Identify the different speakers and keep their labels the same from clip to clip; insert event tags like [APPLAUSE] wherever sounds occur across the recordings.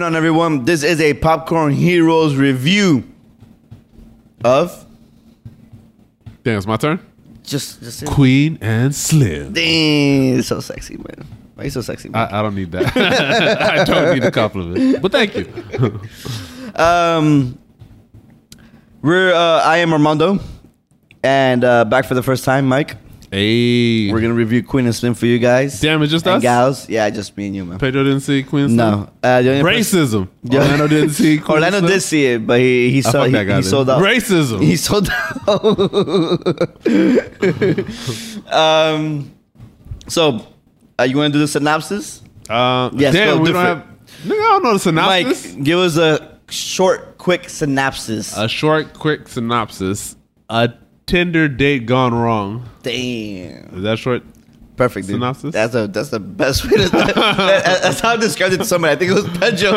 Speaker 1: down, everyone. This is a Popcorn Heroes review of
Speaker 2: Damn, it's my turn.
Speaker 1: just just
Speaker 2: Queen and Slim.
Speaker 1: dang, so sexy, man. Why you so sexy? Man?
Speaker 2: I, I don't need that. [LAUGHS] I don't need a compliment, but thank you. Uh,
Speaker 1: Um, we're uh, I am Armando, and uh, back for the first time, Mike.
Speaker 2: Hey,
Speaker 1: We're gonna review Queen and Slim for you guys.
Speaker 2: damn, it's just
Speaker 1: and
Speaker 2: us.
Speaker 1: gals. Yeah, just me and you, man.
Speaker 2: Pedro didn't see Queen. and Slim?
Speaker 1: No, uh, the only person-
Speaker 2: Racism.
Speaker 1: Yeah.
Speaker 2: Orlando didn't see. Queen
Speaker 1: [LAUGHS]
Speaker 2: and
Speaker 1: Orlando
Speaker 2: Slim?
Speaker 1: did see it, but he he,
Speaker 2: I
Speaker 1: saw,
Speaker 2: fuck
Speaker 1: he,
Speaker 2: that guy,
Speaker 1: he
Speaker 2: dude.
Speaker 1: sold out.
Speaker 2: Racism.
Speaker 1: He sold out. [LAUGHS] um, so, uh, you want to do the synopsis?
Speaker 2: Uh,
Speaker 1: Yes,
Speaker 2: damn,
Speaker 1: go
Speaker 2: we don't
Speaker 1: different.
Speaker 2: have. Nigga, I don't know the synopsis. Uh,
Speaker 1: Mike, give us a short, quick synopsis.
Speaker 2: A short, quick synopsis. A Tinder date gone wrong.
Speaker 1: Damn,
Speaker 2: Is that short?
Speaker 1: perfect dude.
Speaker 2: Synopsis?
Speaker 1: That's a that's the best way to. [LAUGHS] that, that's how I described it to somebody. I think it was
Speaker 2: [LAUGHS]
Speaker 1: Pedro.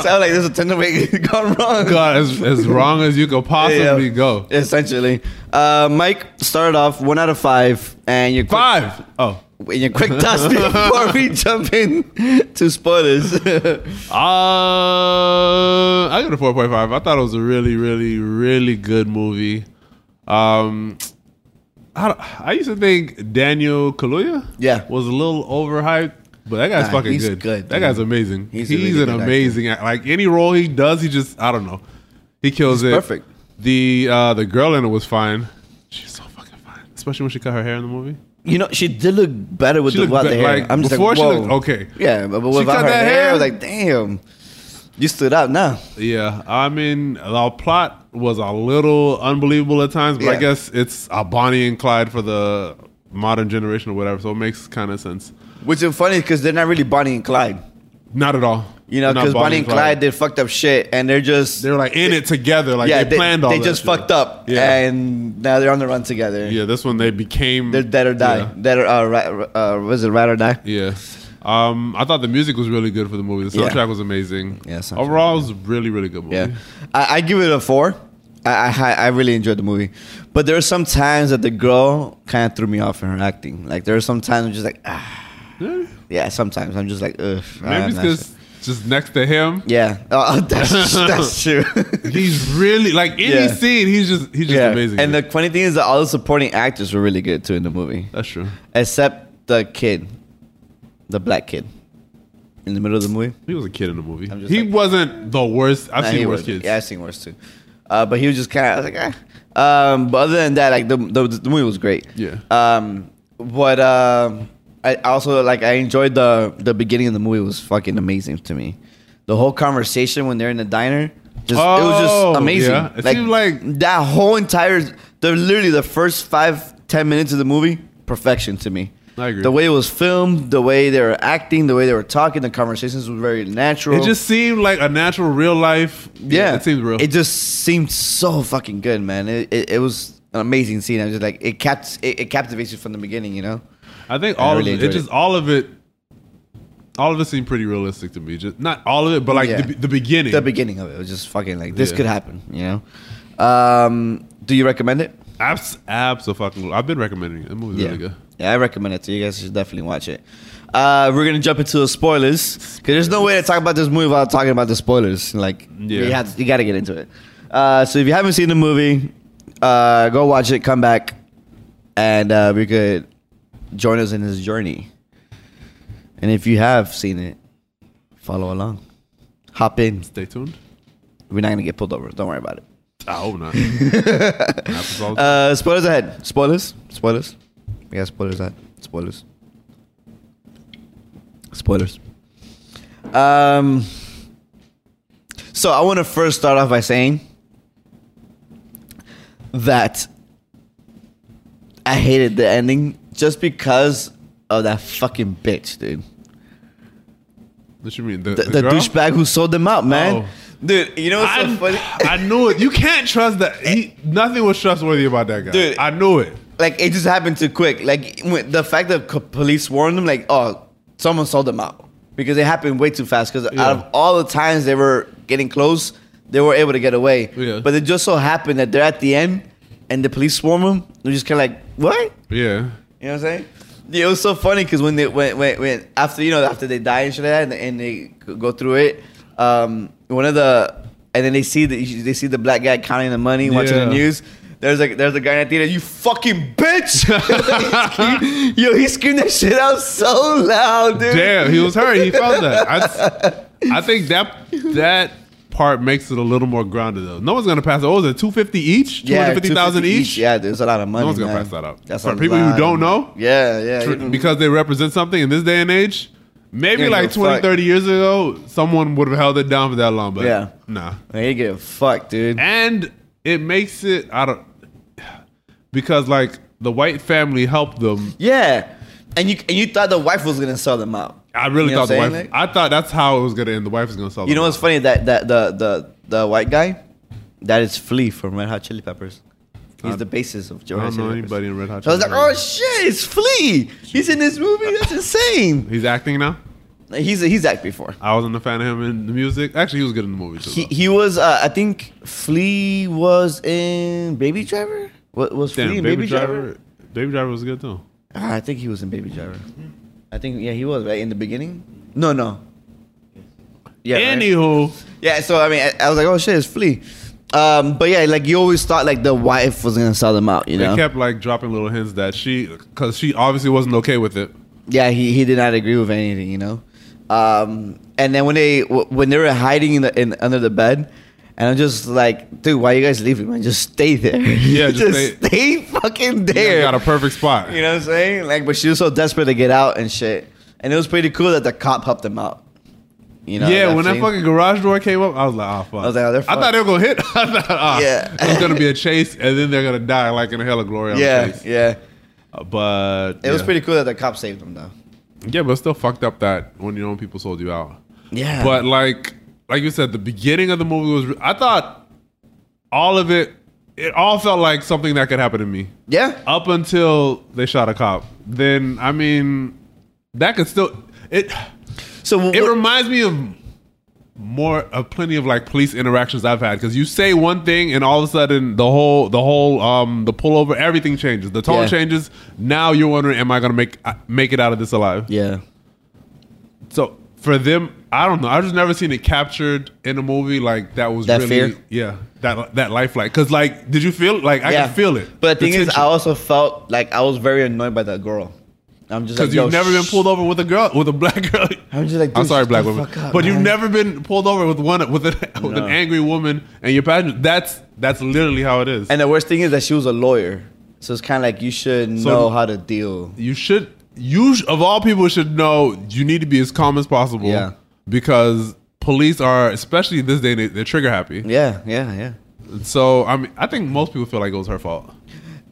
Speaker 1: Sounded like there's a tender way [LAUGHS] gone wrong.
Speaker 2: God, as, as wrong as you could possibly
Speaker 1: Yeah.
Speaker 2: go.
Speaker 1: Essentially, uh, Mike started off one out of five, and your quick,
Speaker 2: Five. Oh.
Speaker 1: and your quick
Speaker 2: [LAUGHS]
Speaker 1: thoughts before we jump in to spoilers. [LAUGHS]
Speaker 2: Uh, I got a 4.5. I thought it was a really, really, really good movie. Um, I, don't- I used to think Daniel Kaluuya
Speaker 1: Yeah.
Speaker 2: was a little overhyped, but that guy's
Speaker 1: Nah,
Speaker 2: fucking
Speaker 1: he's
Speaker 2: good.
Speaker 1: good,
Speaker 2: That
Speaker 1: dude.
Speaker 2: guy's amazing.
Speaker 1: He's
Speaker 2: He's,
Speaker 1: a really
Speaker 2: an
Speaker 1: good actor.
Speaker 2: amazing act. Like any role he does, he just, I don't know. He kills it.
Speaker 1: perfect.
Speaker 2: The, uh, the girl in it was fine. She's so fucking fine, especially when she cut her hair in the movie.
Speaker 1: you know, she did look better with
Speaker 2: She
Speaker 1: the
Speaker 2: looked
Speaker 1: without the
Speaker 2: be-
Speaker 1: hair.
Speaker 2: like, before she looked- okay.
Speaker 1: Yeah, but, but
Speaker 2: She
Speaker 1: without
Speaker 2: cut
Speaker 1: her
Speaker 2: that
Speaker 1: hair, I
Speaker 2: hair?
Speaker 1: was like, damn, you stood out now.
Speaker 2: Yeah, I mean, our plot was a little unbelievable at times, but I
Speaker 1: Yeah.
Speaker 2: guess it's a Bonnie and Clyde for the modern generation or whatever, so it makes kind of sense.
Speaker 1: Which is funny because they're not really Bonnie and Clyde.
Speaker 2: Not at all,
Speaker 1: You know,
Speaker 2: Not
Speaker 1: because Bonnie and Clyde did fucked up shit, and they're just
Speaker 2: they were like in it together, like
Speaker 1: yeah,
Speaker 2: they, planned all.
Speaker 1: they
Speaker 2: that
Speaker 1: just
Speaker 2: shit.
Speaker 1: fucked up,
Speaker 2: Yeah,
Speaker 1: and now they're on the run together.
Speaker 2: yeah. This one they became
Speaker 1: They're dead or die.
Speaker 2: Yeah.
Speaker 1: Dead or uh, ri- uh, was it ride or die?
Speaker 2: Yeah. Um, I thought the music was really good for the movie. The
Speaker 1: Yeah.
Speaker 2: soundtrack was amazing.
Speaker 1: Yeah, soundtrack,
Speaker 2: Overall, it was a really, really good movie.
Speaker 1: Yeah, I, I give it a four. I, I hi- I really enjoyed the movie, but there are some times that the girl kind of threw me off in her acting. Like there are some times I'm just like, ah,
Speaker 2: Yeah.
Speaker 1: yeah. Sometimes I'm just like, ugh.
Speaker 2: Maybe it's
Speaker 1: I'm not sure.
Speaker 2: because just next to him,
Speaker 1: yeah, [LAUGHS] oh,
Speaker 2: [LAUGHS]
Speaker 1: that's that's true.
Speaker 2: he's really like any
Speaker 1: Yeah.
Speaker 2: scene. He's just he's just
Speaker 1: yeah,
Speaker 2: amazing.
Speaker 1: and the funny thing is that all the supporting actors were really good too in the movie,
Speaker 2: that's true.
Speaker 1: except the kid, the black kid, in the middle of the movie.
Speaker 2: He was a kid in the movie.
Speaker 1: just
Speaker 2: He
Speaker 1: like-
Speaker 2: wasn't the worst. I've
Speaker 1: Nah, he
Speaker 2: seen worse
Speaker 1: was-
Speaker 2: kids.
Speaker 1: Yeah, I've seen worse too. Uh, but he was just kind of like, eh. um, but other than that, like the, the the movie was great.
Speaker 2: Yeah.
Speaker 1: Um, but um, I also like I enjoyed the the beginning of the movie was fucking amazing to me. The whole conversation when they're in the diner, just it was
Speaker 2: Oh,
Speaker 1: just amazing.
Speaker 2: yeah. It seemed like-
Speaker 1: that whole entire, the literally the first five ten minutes of the movie, perfection to me.
Speaker 2: I agree.
Speaker 1: The way it was filmed, the way they were acting, the way they were talking, the conversations were very natural.
Speaker 2: It just seemed like a natural real life.
Speaker 1: Yeah,
Speaker 2: it seemed real.
Speaker 1: It just seemed so fucking good, man. It it, it was an amazing scene. I was just like, it capt it, it captivates you from the beginning, you know.
Speaker 2: I think all
Speaker 1: really
Speaker 2: of it, it
Speaker 1: enjoyed
Speaker 2: just all of it, all of it seemed pretty realistic to me. Just not all of it, but like
Speaker 1: Yeah.
Speaker 2: the, the beginning.
Speaker 1: The beginning of it was just fucking like this
Speaker 2: Yeah.
Speaker 1: could happen, you know. Um, do you recommend it?
Speaker 2: abs, abs, fucking. I've been recommending it. The movie's really good.
Speaker 1: yeah, I recommend it. So you guys should definitely watch it. Uh, we're gonna jump into the spoilers because there's no way to talk about this movie without talking about the spoilers. Like,
Speaker 2: Yeah.
Speaker 1: you, have, you gotta get into it. Uh, so if you haven't seen the movie, uh, go watch it. Come back, and uh, we could join us in this journey. And if you have seen it, follow along. Hop in.
Speaker 2: Stay tuned.
Speaker 1: We're not gonna get pulled over. Don't worry about it.
Speaker 2: I hope
Speaker 1: [LAUGHS]
Speaker 2: not. Apples all-
Speaker 1: Uh, spoilers ahead. Spoilers. Spoilers. We got spoilers ahead. Spoilers. Spoilers. Um. So I want to first start off by saying that I hated the ending just because of that fucking bitch, dude.
Speaker 2: what you mean? The,
Speaker 1: The,
Speaker 2: the
Speaker 1: the
Speaker 2: girl?
Speaker 1: douchebag who sold them out, man.
Speaker 2: Oh.
Speaker 1: Dude, you know what's so funny?
Speaker 2: I,
Speaker 1: [LAUGHS]
Speaker 2: I knew it. You can't trust that. He, nothing was trustworthy about that guy.
Speaker 1: Dude.
Speaker 2: I knew it.
Speaker 1: like it just happened too quick. Like when- the fact that co- police warned them, like, oh, someone sold them out because it happened way too fast. Because
Speaker 2: Yeah.
Speaker 1: out of all the times they were getting close, they were able to get away.
Speaker 2: Yeah.
Speaker 1: But it just so happened that they're at the end and the police swarm them. They're just kind of like, what?
Speaker 2: Yeah.
Speaker 1: You know what I'm saying? Yeah, it was so funny because when they went, went, went after you know after they die and shit like that, and, and they go through it, um, one of the, and then they see the they see the black guy counting the money, watching the
Speaker 2: Yeah.
Speaker 1: news. There's a there's a guy in the theater. You fucking
Speaker 2: [LAUGHS]
Speaker 1: bitch! [LAUGHS] He screamed- Yo, he screamed that shit out so loud, dude.
Speaker 2: Damn, he was hurt. He found that.
Speaker 1: [LAUGHS]
Speaker 2: I, I think that that part makes it a little more grounded though. No one's gonna pass. Oh, is it two fifty each? Two
Speaker 1: Yeah,
Speaker 2: hundred fifty thousand
Speaker 1: 250
Speaker 2: each.
Speaker 1: Yeah, dude, it's a lot of money.
Speaker 2: one's gonna
Speaker 1: man.
Speaker 2: pass that up.
Speaker 1: That's
Speaker 2: For
Speaker 1: a
Speaker 2: people who
Speaker 1: lot of
Speaker 2: don't
Speaker 1: money.
Speaker 2: know,
Speaker 1: Yeah, yeah.
Speaker 2: Tr-
Speaker 1: you-
Speaker 2: because they represent something in this day and age. Maybe
Speaker 1: Yeah,
Speaker 2: like
Speaker 1: no,
Speaker 2: 20,
Speaker 1: fuck.
Speaker 2: 30 years ago, someone would have held it down for that long, but
Speaker 1: Yeah.
Speaker 2: nah.
Speaker 1: Man, you get fucked, dude.
Speaker 2: And it makes it I don't because like the white family helped them.
Speaker 1: Yeah, and you and you thought the wife was gonna sell them out.
Speaker 2: I really
Speaker 1: You know
Speaker 2: thought the
Speaker 1: what
Speaker 2: wife.
Speaker 1: I'm saying?
Speaker 2: I thought that's how it was gonna end. The wife was gonna sell.
Speaker 1: You know
Speaker 2: them.
Speaker 1: what's funny? That that the the the white guy, that is Flea from Red Hot Chili Peppers. He's
Speaker 2: I-
Speaker 1: the basis of Red
Speaker 2: I
Speaker 1: Hot
Speaker 2: don't know
Speaker 1: Chili Peppers.
Speaker 2: anybody in Red Hot.
Speaker 1: So I was like,
Speaker 2: Chili
Speaker 1: oh
Speaker 2: Peppers.
Speaker 1: shit, it's Flea. He's in this movie. That's insane.
Speaker 2: he's acting now.
Speaker 1: He's he's acted before.
Speaker 2: I wasn't a fan of him in the music. Actually, he was good in the movie too.
Speaker 1: He
Speaker 2: though.
Speaker 1: he was uh, I think Flea was in Baby Driver. What was Flea
Speaker 2: Damn,
Speaker 1: in
Speaker 2: Baby, Driver. Baby Driver was good too.
Speaker 1: Ah, I think he was in Baby Driver. I think yeah, he was right in the beginning. No, no. Yeah. right?
Speaker 2: Anywho,
Speaker 1: Yeah, so I mean, I, I was like, oh shit, it's Flea. Um, but yeah, like you always thought like the wife was gonna sell them out, you know?
Speaker 2: they kept like dropping little hints that she, because she obviously wasn't okay with it.
Speaker 1: yeah, he, he did not agree with anything, you know. Um, and then when they w- when they were hiding in, the, in under the bed, and I'm just like, dude, why you guys leaving, man? Just stay there. [LAUGHS]
Speaker 2: Yeah,
Speaker 1: just,
Speaker 2: just
Speaker 1: stay. fucking there.
Speaker 2: They got a perfect
Speaker 1: [LAUGHS]
Speaker 2: spot.
Speaker 1: you know what I'm saying? Like, but she was so desperate to get out and shit. And it was pretty cool that the cop helped them out. You know?
Speaker 2: yeah,
Speaker 1: that
Speaker 2: when that
Speaker 1: scene?
Speaker 2: fucking garage door came up, I was like, oh, fuck.
Speaker 1: I was like, oh, they're
Speaker 2: I thought
Speaker 1: fucked.
Speaker 2: they were going to hit. [LAUGHS] I thought, ah,
Speaker 1: Yeah.
Speaker 2: it was going to be a chase, and then they're going to die like in a hell of glory. on the
Speaker 1: yeah,
Speaker 2: chase.
Speaker 1: yeah,
Speaker 2: Uh, But.
Speaker 1: it was
Speaker 2: yeah.
Speaker 1: pretty cool that the cop saved them though.
Speaker 2: Yeah, but it's still fucked up that when you know people sold you out.
Speaker 1: Yeah,
Speaker 2: But like, like you said, the beginning of the movie was. I thought all of it. It all felt like something that could happen to me
Speaker 1: yeah,
Speaker 2: up until they shot a cop. Then I mean, that could still it.
Speaker 1: So w-
Speaker 2: It
Speaker 1: w-
Speaker 2: reminds me of more of plenty of like police interactions I've had because you say one thing and all of a sudden the whole the whole um the pullover everything changes the tone
Speaker 1: Yeah.
Speaker 2: changes now you're wondering am I gonna make uh, make it out of this alive
Speaker 1: yeah,
Speaker 2: so for them, I don't know. I've just never seen it captured in a movie like that was
Speaker 1: That
Speaker 2: really
Speaker 1: fear?
Speaker 2: yeah that that lifelike. Cause like, did you feel like I
Speaker 1: yeah.
Speaker 2: can feel it?
Speaker 1: But the thing is, I
Speaker 2: tension.
Speaker 1: also felt like I was very annoyed by that girl. I'm just
Speaker 2: Cause
Speaker 1: like,
Speaker 2: you've
Speaker 1: yo,
Speaker 2: never been
Speaker 1: sh-
Speaker 2: pulled over with a girl with a black [LAUGHS] girl.
Speaker 1: I'm just like,
Speaker 2: I'm
Speaker 1: dude,
Speaker 2: sorry,
Speaker 1: shut
Speaker 2: black
Speaker 1: the
Speaker 2: woman.
Speaker 1: fuck up,
Speaker 2: but you've
Speaker 1: man.
Speaker 2: never been pulled over with one with an [LAUGHS] with
Speaker 1: No.
Speaker 2: an angry woman and your passenger. That's that's literally how it is.
Speaker 1: And the worst thing is that she was a lawyer, so it's kind of like you should
Speaker 2: So-
Speaker 1: know how to deal.
Speaker 2: you should you sh- of all people should know you need to be as calm as possible.
Speaker 1: Yeah.
Speaker 2: Because police are especially this day and age, they're trigger happy.
Speaker 1: Yeah, yeah, yeah.
Speaker 2: So I mean, I think most people feel like it was her fault.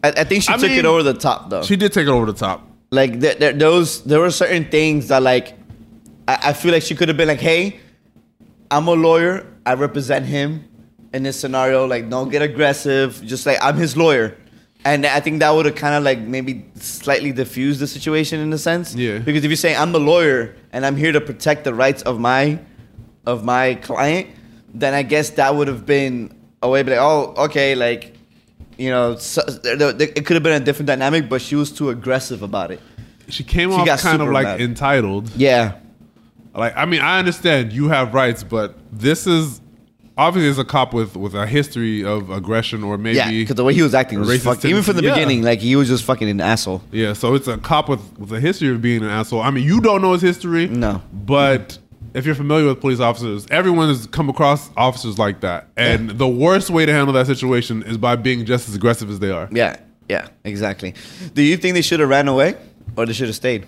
Speaker 1: I, I think she
Speaker 2: I
Speaker 1: took
Speaker 2: mean,
Speaker 1: it over the top though.
Speaker 2: She did take it over the top.
Speaker 1: like there, there, those, there were certain things that like I, I feel like she could have been like, hey, I'm a lawyer, I represent him in this scenario. Like, don't get aggressive. Just like I'm his lawyer. And I think that would have kind of like maybe slightly diffused the situation in a sense.
Speaker 2: Yeah.
Speaker 1: Because if you're saying I'm the lawyer and I'm here to protect the rights of my of my client, then I guess that would have been a way. But like, oh, okay, like you know, so, there, there, it could have been a different dynamic, but she was too aggressive about it.
Speaker 2: She came
Speaker 1: She got
Speaker 2: off kind of
Speaker 1: super
Speaker 2: like
Speaker 1: mad.
Speaker 2: entitled.
Speaker 1: Yeah.
Speaker 2: Like, I mean, I understand you have rights, but this is obviously it's a cop with with a history of aggression or maybe
Speaker 1: Yeah, because the way he was acting was
Speaker 2: racist
Speaker 1: fucking. Even from the
Speaker 2: tendency- yeah.
Speaker 1: beginning, like he was just fucking an asshole.
Speaker 2: Yeah, so it's a cop with, with a history of being an asshole. I mean, you don't know his history.
Speaker 1: No.
Speaker 2: But if you're familiar with police officers, everyone has come across officers like that. And the worst way to handle that situation is by being just as aggressive as they are.
Speaker 1: Yeah, yeah, exactly. Do you think they should have ran away or they should have stayed?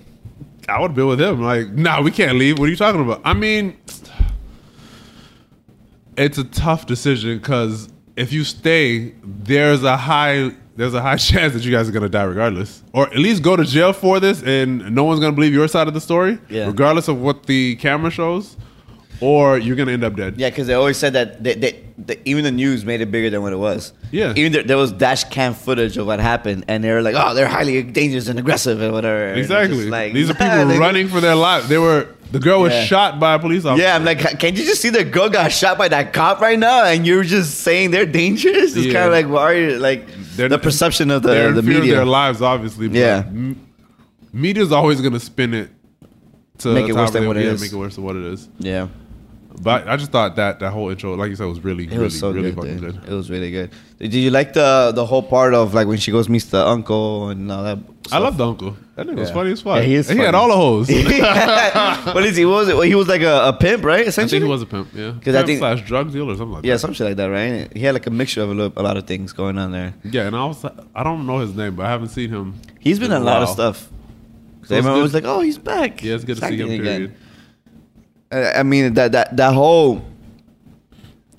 Speaker 2: I would be with him. Like, nah, we can't leave. What are you talking about? I mean, it's a tough decision because if you stay, there's a high there's a high [LAUGHS] chance that you guys are gonna die regardless, or at least go to jail for this, and no one's gonna believe your side of the story,
Speaker 1: Yeah.
Speaker 2: regardless of what the camera shows, or you're gonna end up dead.
Speaker 1: Yeah, because they always said that they, they, the even the news made it bigger than what it was.
Speaker 2: Yeah.
Speaker 1: even there, there was dash cam footage of what happened, and they were like, "Oh, they're highly dangerous and aggressive and whatever." And it's just
Speaker 2: Exactly.
Speaker 1: like- [LAUGHS]
Speaker 2: These are people
Speaker 1: They-
Speaker 2: running for their life. They were the girl was
Speaker 1: Yeah.
Speaker 2: shot by a police officer.
Speaker 1: Yeah, I'm like, can't you just see the girl got shot by that cop right now, and you're just saying they're dangerous? It's
Speaker 2: Yeah.
Speaker 1: kind of like, why are you like
Speaker 2: They're-
Speaker 1: the perception of the
Speaker 2: they're in
Speaker 1: the
Speaker 2: fear of their
Speaker 1: media?
Speaker 2: lives, obviously. But
Speaker 1: Yeah.
Speaker 2: m- media's always gonna spin it to
Speaker 1: Make it worse
Speaker 2: however
Speaker 1: than
Speaker 2: they-
Speaker 1: what it
Speaker 2: yeah,
Speaker 1: is.
Speaker 2: Make it worse than what it is.
Speaker 1: Yeah.
Speaker 2: But I just thought that that whole intro, like you said, was really,
Speaker 1: It
Speaker 2: really,
Speaker 1: was so
Speaker 2: really
Speaker 1: good,
Speaker 2: fucking
Speaker 1: dude.
Speaker 2: good.
Speaker 1: It was really good. Did you like the the whole part of like when she goes meets the uncle and all that?
Speaker 2: I
Speaker 1: stuff?
Speaker 2: love the uncle. That nigga was
Speaker 1: Yeah.
Speaker 2: funny as fuck.
Speaker 1: Yeah, he is
Speaker 2: and he had
Speaker 1: funny.
Speaker 2: all the
Speaker 1: [LAUGHS]
Speaker 2: hoes. I think
Speaker 1: what is he? What was it? Well, he was like a, a pimp, right? Essentially,
Speaker 2: he was a pimp. Yeah,
Speaker 1: 'Cause I
Speaker 2: Pimp
Speaker 1: think-
Speaker 2: slash drug dealer or something like
Speaker 1: yeah,
Speaker 2: that.
Speaker 1: some shit like that, right? He had like a mixture of a, lo- a lot of things going on there.
Speaker 2: Yeah, and I was I don't know his name, but I haven't seen him.
Speaker 1: He's been
Speaker 2: in
Speaker 1: in a lot of
Speaker 2: while.
Speaker 1: stuff.
Speaker 2: So it's
Speaker 1: Everyone
Speaker 2: good-
Speaker 1: was like, "Oh, he's back."
Speaker 2: Yeah, it's good
Speaker 1: He's
Speaker 2: to see him.
Speaker 1: acting again.
Speaker 2: Period.
Speaker 1: I I mean that that that whole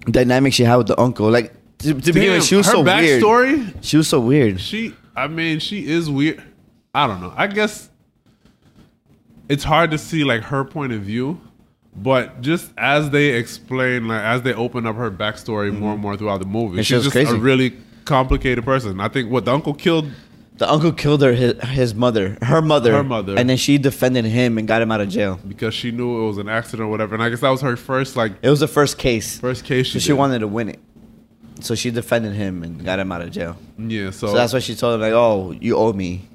Speaker 1: dynamic she had with the uncle, like to, to begin with, she was
Speaker 2: her
Speaker 1: so weird.
Speaker 2: backstory.
Speaker 1: She was so weird.
Speaker 2: She, I mean, she is weird. I don't know. I guess it's hard to see like her point of view, but just as they explain, like as they open up her backstory more and more throughout the movie,
Speaker 1: And she
Speaker 2: she's
Speaker 1: was
Speaker 2: just a
Speaker 1: Mm-hmm. crazy.
Speaker 2: really complicated person. I think what the uncle killed
Speaker 1: The uncle killed her, his, his mother, her mother,
Speaker 2: Her mother.
Speaker 1: and then she defended him and got him out of jail.
Speaker 2: because she knew it was an accident or whatever, and I guess that was her first like
Speaker 1: It was the first case.
Speaker 2: first case she,
Speaker 1: So she
Speaker 2: did.
Speaker 1: wanted to win it. So she defended him and got him out of jail.
Speaker 2: Yeah, so,
Speaker 1: So that's why she told him like, "Oh, you owe me."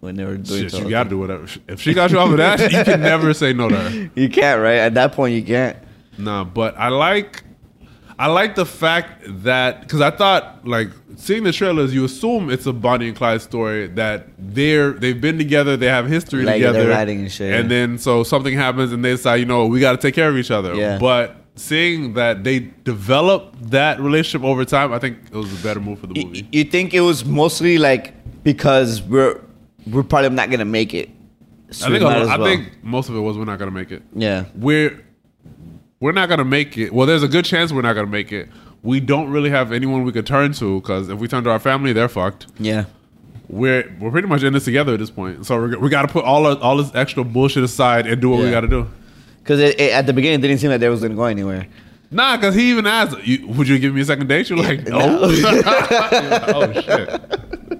Speaker 1: When they were doing
Speaker 2: shit,
Speaker 1: so-
Speaker 2: you got to do whatever. If she got you off of
Speaker 1: [LAUGHS]
Speaker 2: that, you can never say no to her.
Speaker 1: You can't, right? At that point, you can't.
Speaker 2: Nah, but I like I like the fact that because I thought like seeing the trailers, you assume it's a Bonnie and Clyde story that they're they've been together, they have history
Speaker 1: Like, they're
Speaker 2: together,
Speaker 1: riding and shit,
Speaker 2: and
Speaker 1: yeah.
Speaker 2: then so something happens and they decide, you know, we got to take care of each other.
Speaker 1: Yeah.
Speaker 2: But seeing that they develop that relationship over time, I think it was a better move for the
Speaker 1: Y-
Speaker 2: movie.
Speaker 1: You think it was mostly like because we're we're probably not gonna make it. So
Speaker 2: I
Speaker 1: we
Speaker 2: think a
Speaker 1: might
Speaker 2: lo-
Speaker 1: as
Speaker 2: I
Speaker 1: well.
Speaker 2: think most of it was we're not gonna make it.
Speaker 1: yeah.
Speaker 2: we're we're not gonna make it. Well, there's a good chance we're not gonna make it. We don't really have anyone we could turn to because if we turn to our family, they're fucked.
Speaker 1: Yeah.
Speaker 2: We're we're pretty much in this together at this point. So we're, we got to put all our, all this extra bullshit aside and do what we
Speaker 1: Yeah.
Speaker 2: got to do.
Speaker 1: Because it, it, at the beginning, it didn't seem like they was gonna go anywhere.
Speaker 2: Nah, because he even asked, you, "Would you give me a second date?" You're like, "No."
Speaker 1: [LAUGHS]
Speaker 2: [LAUGHS] oh shit.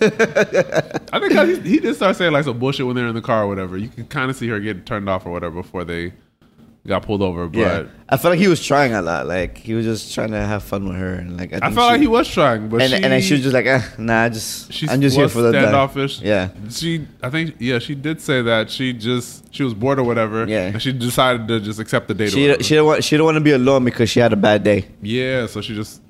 Speaker 2: I think 'cause he, he did start saying like some bullshit when they're in the car or whatever. You can kind of see her get turned off or whatever before they got pulled over. But
Speaker 1: Yeah. I felt like he was trying a lot. Like he was just trying to have fun with her, and like I,
Speaker 2: I
Speaker 1: think
Speaker 2: felt like
Speaker 1: she-
Speaker 2: he was trying, but
Speaker 1: And
Speaker 2: she,
Speaker 1: and then she was just like, eh, nah, I just
Speaker 2: she
Speaker 1: I'm just here
Speaker 2: was
Speaker 1: for the dime."
Speaker 2: standoffish.
Speaker 1: Yeah.
Speaker 2: she I think yeah she did say that she just she was bored or whatever.
Speaker 1: Yeah.
Speaker 2: and she decided to just accept the date. or
Speaker 1: She
Speaker 2: whatever.
Speaker 1: she don't want she don't want to be alone because she had a bad day.
Speaker 2: yeah, so she just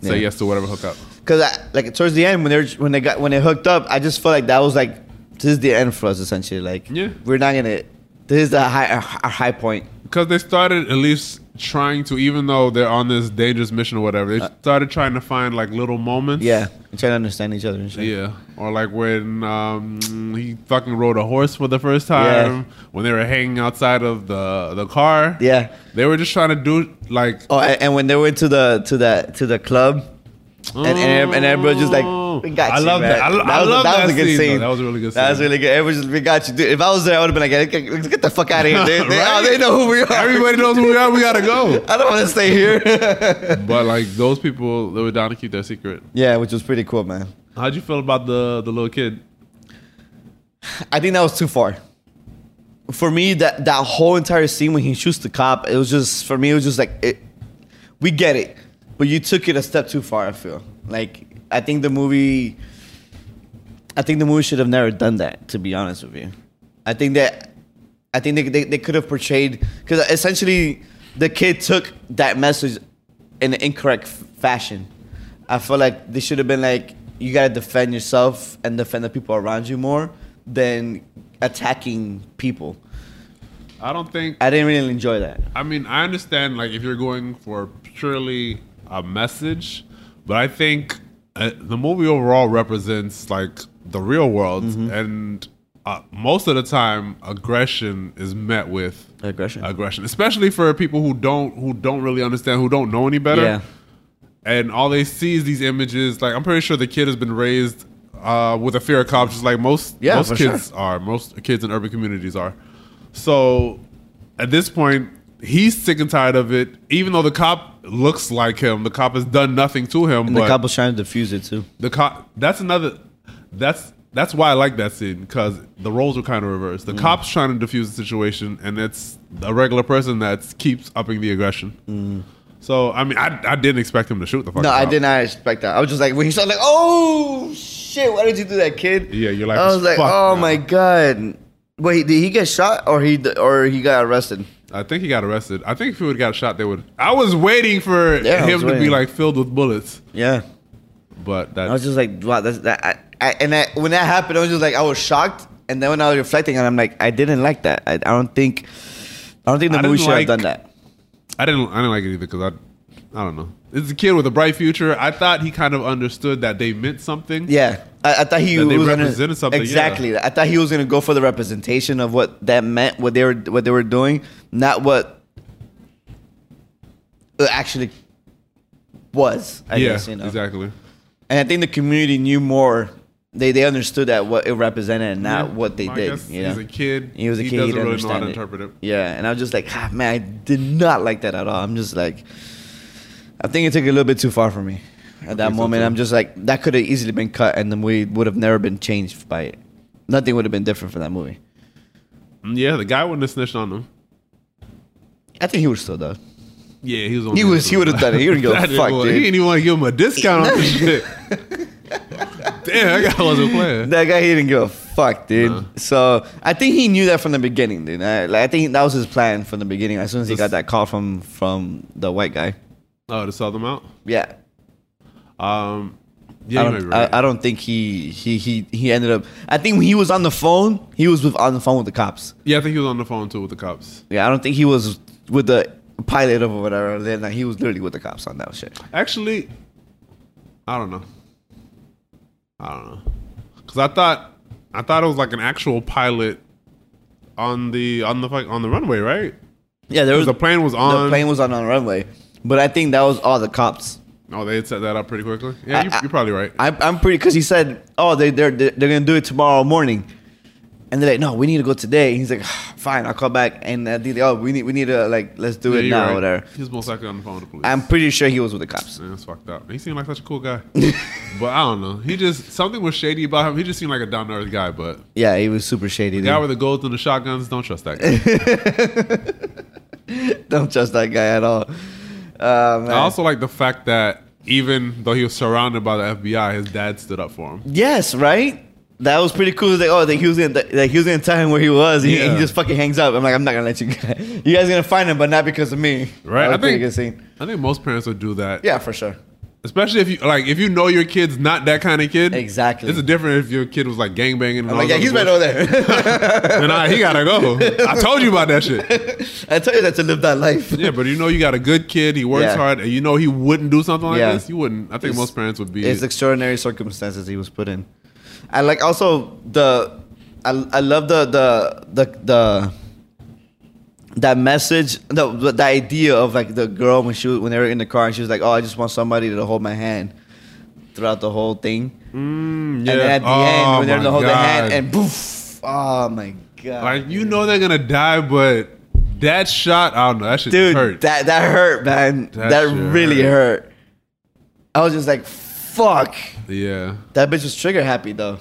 Speaker 2: say
Speaker 1: Yeah.
Speaker 2: yes to whatever hookup.
Speaker 1: Cause I, like towards the end when they when they got when they hooked up, I just felt like that was like this is the end for us essentially. Like
Speaker 2: Yeah.
Speaker 1: we're not gonna. This is the high our, our high point.
Speaker 2: Because they started at least trying to, even though they're on this dangerous mission or whatever, they started trying to find like little moments.
Speaker 1: Uh, Yeah, and trying to understand each other and shit.
Speaker 2: Yeah, or like when um, he fucking rode a horse for the first time. When they were hanging outside of the the car.
Speaker 1: Yeah.
Speaker 2: they were just trying to do like
Speaker 1: Oh, and, and when they went to the to the to the club, and and, and everybody just like, we got
Speaker 2: Oh. I
Speaker 1: you,
Speaker 2: love
Speaker 1: man."
Speaker 2: that. I, lo- I
Speaker 1: was,
Speaker 2: love
Speaker 1: that was a good scene.
Speaker 2: though. That was a really good scene.
Speaker 1: That was really good. Everybody just, we got you, dude. If I was there, I would have been like, "Get- get, get the fuck out of here. They, they,
Speaker 2: [LAUGHS] Right?
Speaker 1: oh, they know who we are.
Speaker 2: Everybody knows who we are. We gotta [LAUGHS] go.
Speaker 1: [LAUGHS] I don't want to stay here. [LAUGHS]
Speaker 2: But like those people, they were down to keep their secret.
Speaker 1: yeah, which was pretty cool, man.
Speaker 2: How'd you feel about the the little kid?
Speaker 1: I think that was too far. For me, that that whole entire scene when he shoots the cop, it was just for me. It was just like it. We get it, but you took it a step too far. I feel like I think the movie. I think the movie should have never done that. To be honest with you, I think that I think they they, they could have portrayed because essentially the kid took that message in an incorrect f- fashion. I feel like they should have been like, you gotta defend yourself and defend the people around you more than attacking people.
Speaker 2: I don't think.
Speaker 1: I didn't really enjoy that.
Speaker 2: I mean, I understand like if you're going for purely a message, but I think uh, the movie overall represents like the real world, and uh, most of the time, aggression is met with
Speaker 1: Aggression.
Speaker 2: aggression, especially for people who don't who don't really understand, who don't know any better,
Speaker 1: Yeah.
Speaker 2: and all they see is these images. Like I'm pretty sure the kid has been raised uh, with a fear of cops, just like most
Speaker 1: Yeah,
Speaker 2: most
Speaker 1: for
Speaker 2: kids are, most kids in urban communities are. So at this point, he's sick and tired of it. Even though the cop looks like him, the cop has done nothing to him.
Speaker 1: And
Speaker 2: but
Speaker 1: the cop was trying to defuse it too.
Speaker 2: the cop that's another that's that's why I like that scene because the roles were kind of reversed.
Speaker 1: Mm.
Speaker 2: The cop's trying to defuse the situation, and it's a regular person that keeps upping the aggression. So I mean, I, I didn't expect him to shoot the fucking
Speaker 1: Mm. No, I
Speaker 2: cop.
Speaker 1: did not expect that. I was just like, when he started, like, oh shit, why did you do that, kid?
Speaker 2: Yeah, you're like,
Speaker 1: I was like,
Speaker 2: "Fuck,
Speaker 1: oh
Speaker 2: man."
Speaker 1: my god. Wait, did he get shot or he or he got arrested?
Speaker 2: I think he got arrested. I think if he would have got shot, they would. I was waiting for
Speaker 1: Yeah, I was
Speaker 2: him to be
Speaker 1: waiting.
Speaker 2: like filled with bullets,
Speaker 1: Yeah.
Speaker 2: but
Speaker 1: I was
Speaker 2: that's
Speaker 1: just like, wow, that's that. I, I, and that, when that happened, I was just like, I was shocked. And then when I was reflecting, and I'm like, I didn't like that. I, I don't think, I don't think the
Speaker 2: I
Speaker 1: movie
Speaker 2: didn't
Speaker 1: should
Speaker 2: like-
Speaker 1: have done that.
Speaker 2: I didn't I didn't like it either because I I don't know. It's a kid with a bright future. I thought he kind of understood that they meant something.
Speaker 1: Yeah, I, I thought he
Speaker 2: That they
Speaker 1: was gonna,
Speaker 2: represented something, yeah.
Speaker 1: Exactly, I thought he was going to go for the representation of what that meant, what they were, what they were doing, not what it actually was. I
Speaker 2: yeah,
Speaker 1: guess, you know?
Speaker 2: exactly.
Speaker 1: And I think the community knew more. They they understood that what it represented and not
Speaker 2: Yeah.
Speaker 1: what they
Speaker 2: I
Speaker 1: did.
Speaker 2: guess
Speaker 1: you know?
Speaker 2: He's a kid.
Speaker 1: He was a kid.
Speaker 2: doesn't
Speaker 1: didn't
Speaker 2: really know how to
Speaker 1: understand
Speaker 2: interpret it.
Speaker 1: Yeah, and I was just like, ah, man, I did not like that at all. I'm just like, I think it took a little bit too far for me at that
Speaker 2: think so
Speaker 1: moment.
Speaker 2: too.
Speaker 1: I'm just like, that could have easily been cut, and the movie would have never been changed by it. Nothing would have been different for that movie.
Speaker 2: Mm, Yeah, the guy wouldn't have snitched on him.
Speaker 1: I think he would still done.
Speaker 2: Yeah, he was. On
Speaker 1: He
Speaker 2: the
Speaker 1: was- he would've done it. He
Speaker 2: [LAUGHS]
Speaker 1: wouldn't give a
Speaker 2: That nigga
Speaker 1: fuck,
Speaker 2: was-
Speaker 1: dude.
Speaker 2: He didn't even want to give him a discount on this
Speaker 1: [LAUGHS]
Speaker 2: shit. Damn, that guy wasn't playing.
Speaker 1: That guy he didn't give a fuck, dude.
Speaker 2: Nah.
Speaker 1: So I think he knew that from the beginning, dude. I, like, I think that was his plan from the beginning. As soon as he
Speaker 2: This-
Speaker 1: got that call from from the white guy,
Speaker 2: Oh, to sell them out.
Speaker 1: yeah,
Speaker 2: Um,
Speaker 1: I
Speaker 2: yeah, you might be
Speaker 1: don't,
Speaker 2: right.
Speaker 1: I, I don't think he, he he he ended up. I think when he was on the phone, he was with on the phone with the cops.
Speaker 2: yeah, I think he was on the phone too with the cops.
Speaker 1: Yeah, I don't think he was with the pilot or whatever. Then like, he was literally with the cops on that shit.
Speaker 2: Actually, I don't know. I don't know, cause I thought I thought it was like an actual pilot on the on the fuck- on the runway, right?
Speaker 1: Yeah, there was
Speaker 2: The plane was on.
Speaker 1: the plane was on on the runway, but I think that was all the cops.
Speaker 2: Oh, they had set that up pretty quickly. Yeah,
Speaker 1: I-
Speaker 2: you,
Speaker 1: I-
Speaker 2: you're probably right.
Speaker 1: I'm, I'm pretty because he said, "Oh, they they're they're gonna do it tomorrow morning," and they're like, "No, we need to go today." He's like, "Ah, "Fine, I'll call back." And I think, they, "Oh, we need we need to like let's do
Speaker 2: Yeah,
Speaker 1: it
Speaker 2: you're
Speaker 1: now,
Speaker 2: right.
Speaker 1: whatever."
Speaker 2: He's most likely on the phone with the police.
Speaker 1: I'm pretty sure he was with the cops.
Speaker 2: Man, that's fucked up. He seemed like such a
Speaker 1: [LAUGHS]
Speaker 2: cool guy, but I don't know. He just something was shady about him. He just seemed like a down to earth guy. But
Speaker 1: Yeah, he was super shady.
Speaker 2: guy
Speaker 1: dude.
Speaker 2: with the golds and the shotguns, don't
Speaker 1: [LAUGHS]
Speaker 2: trust that guy.
Speaker 1: Don't trust that guy at all. Uh, man.
Speaker 2: I also like the fact that even though he was surrounded by the FBI, his dad stood up for him.
Speaker 1: yes, right? That was pretty cool. Like, oh, that he was gonna, that he was gonna tell him where he was. He,
Speaker 2: Yeah.
Speaker 1: he just fucking hangs up. I'm like, I'm not gonna let you. guys- [LAUGHS] You guys gonna find him, but not because of me.
Speaker 2: Right,
Speaker 1: That was
Speaker 2: I
Speaker 1: a pretty
Speaker 2: think-
Speaker 1: good scene.
Speaker 2: I think most parents would do that.
Speaker 1: Yeah, for sure.
Speaker 2: Especially if you like if you know your kid's not that kind of kid.
Speaker 1: Exactly.
Speaker 2: It's different if your kid was like gangbanging and
Speaker 1: I'm
Speaker 2: all
Speaker 1: like, yeah,
Speaker 2: that
Speaker 1: he's right
Speaker 2: bullshit.
Speaker 1: over there. [LAUGHS]
Speaker 2: And I, he gotta go. I told you about that shit.
Speaker 1: I tell you that to live that life.
Speaker 2: Yeah, but you know you got a good kid, he works
Speaker 1: Yeah.
Speaker 2: hard, and you know he wouldn't do something like
Speaker 1: Yeah.
Speaker 2: this. You wouldn't. I think
Speaker 1: It's-
Speaker 2: most parents would be
Speaker 1: It's extraordinary circumstances he was put in. I like also the I, I love the the the the that message the the idea of like the girl when she was, when they were in the car and she was like oh I just want somebody to hold my hand throughout the whole thing
Speaker 2: Mm,
Speaker 1: and then at the
Speaker 2: Oh,
Speaker 1: end when they're in the
Speaker 2: my
Speaker 1: hold the hand
Speaker 2: God.
Speaker 1: and poof oh my god
Speaker 2: like you know they're gonna die, but that shot, I don't know, that shit
Speaker 1: dude
Speaker 2: hurt.
Speaker 1: that that hurt man
Speaker 2: That
Speaker 1: that,
Speaker 2: shit
Speaker 1: really hurt I was just like fuck
Speaker 2: yeah,
Speaker 1: That bitch was trigger happy though.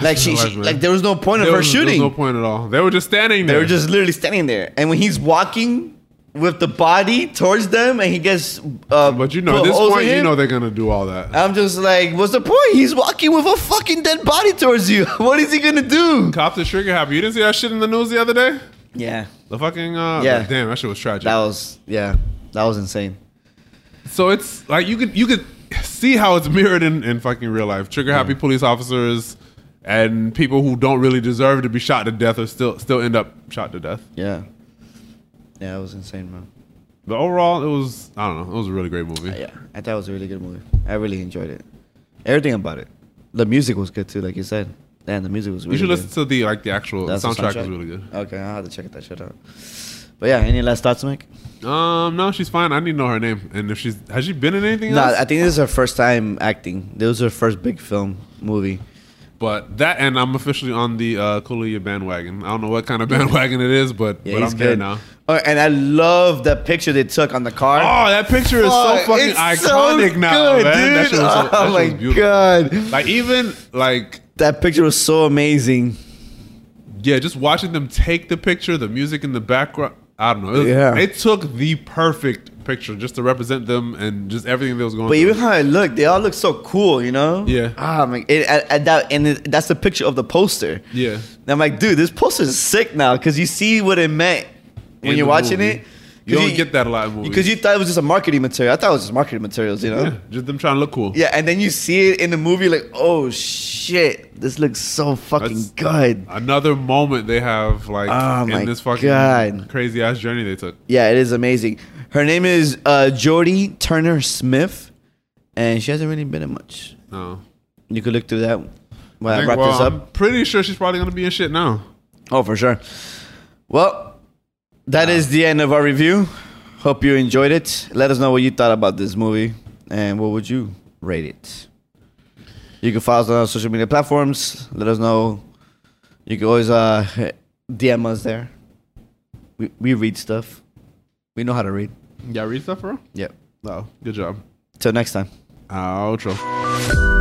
Speaker 1: Like she,
Speaker 2: Otherwise,
Speaker 1: she
Speaker 2: man.
Speaker 1: like there was no point of
Speaker 2: there
Speaker 1: her
Speaker 2: was, there was
Speaker 1: shooting.
Speaker 2: no point at all. They were just standing
Speaker 1: they
Speaker 2: there.
Speaker 1: were just literally standing there, and when he's walking with the body towards them, and he gets, uh,
Speaker 2: but you know,
Speaker 1: put
Speaker 2: at this
Speaker 1: holes in
Speaker 2: point, you
Speaker 1: him,
Speaker 2: know they're gonna do all that.
Speaker 1: I'm just like, what's the point? He's walking with a fucking dead body towards you. [LAUGHS] what is he gonna do?
Speaker 2: Cops are trigger happy. You didn't see that shit in the news the other day?
Speaker 1: Yeah,
Speaker 2: The fucking uh,
Speaker 1: Yeah.
Speaker 2: damn, that shit was tragic.
Speaker 1: that was yeah, that was insane.
Speaker 2: So it's like you could you could see how it's mirrored in, in fucking real life. Trigger happy police officers and people who don't really deserve to be shot to death or still still end up shot to death.
Speaker 1: Yeah, yeah, that was insane, man.
Speaker 2: But overall, it was I don't know, it was a really great movie.
Speaker 1: Yeah, I thought it was a really good movie. I really enjoyed it. Everything about it. The music was good too, like you said. And the music was really
Speaker 2: you should
Speaker 1: good.
Speaker 2: listen to the like the actual
Speaker 1: That's the
Speaker 2: soundtrack, is really good.
Speaker 1: Okay, I'll have to check that shit out. But yeah, any last thoughts, Mike?
Speaker 2: Um, no, she's fine. I need to know her name and if she's has she been in anything
Speaker 1: No,
Speaker 2: else?
Speaker 1: I think this is her first time acting. This was her first big film movie.
Speaker 2: but that and I'm officially on the uh, Kulia bandwagon. I don't know what kind of [LAUGHS] bandwagon it is, but
Speaker 1: Yeah,
Speaker 2: but I'm
Speaker 1: he's
Speaker 2: there
Speaker 1: good.
Speaker 2: now.
Speaker 1: Oh, and I love that picture they took on the car.
Speaker 2: Oh, that picture is so
Speaker 1: Fuck,
Speaker 2: fucking
Speaker 1: it's so
Speaker 2: iconic now,
Speaker 1: good,
Speaker 2: man. That
Speaker 1: [LAUGHS]
Speaker 2: shit
Speaker 1: dude.
Speaker 2: was so- that
Speaker 1: oh
Speaker 2: shit
Speaker 1: my
Speaker 2: was beautiful.
Speaker 1: god,
Speaker 2: Like even like
Speaker 1: that picture was so amazing.
Speaker 2: yeah, just watching them take the picture, the music in the background. I don't know. It was-
Speaker 1: Yeah.
Speaker 2: they took the perfect picture just to represent them and just everything that was going.
Speaker 1: But
Speaker 2: through.
Speaker 1: even how it looked, they all look so cool, you know?
Speaker 2: Yeah.
Speaker 1: Ah, man, it, at, at that, and it, that's the picture of the poster.
Speaker 2: yeah,
Speaker 1: And I'm like, dude, this poster is sick now because you see what it meant when
Speaker 2: in
Speaker 1: you're
Speaker 2: the
Speaker 1: watching
Speaker 2: movie.
Speaker 1: it. 'cause
Speaker 2: You don't get that a lot in movies.
Speaker 1: because you thought it was just a marketing material. I thought it was just marketing materials, you know.
Speaker 2: Yeah, just them trying to look cool.
Speaker 1: Yeah, and then you see it in the movie, like, oh shit, this looks so fucking
Speaker 2: That's-
Speaker 1: good.
Speaker 2: Another moment they have like
Speaker 1: Oh, my
Speaker 2: in this fucking
Speaker 1: God.
Speaker 2: crazy ass journey they took.
Speaker 1: Yeah, it is amazing. Her name is uh, Jodie Turner Smith, and she hasn't really been in much.
Speaker 2: No.
Speaker 1: You could look through that while I,
Speaker 2: Think,
Speaker 1: wrap
Speaker 2: well,
Speaker 1: this
Speaker 2: I'm
Speaker 1: up.
Speaker 2: pretty sure she's probably gonna be in shit now.
Speaker 1: Oh, for sure. Well, that is the end of our review. Hope you enjoyed it. Let us know what you thought about this movie and what would you rate it. You can follow us on our social media platforms. Let us know. You can always uh, DM us there. We, we read stuff. We know how to read.
Speaker 2: Yeah, read stuff, bro.
Speaker 1: Yep.
Speaker 2: No, good job.
Speaker 1: Till next time.
Speaker 2: Outro.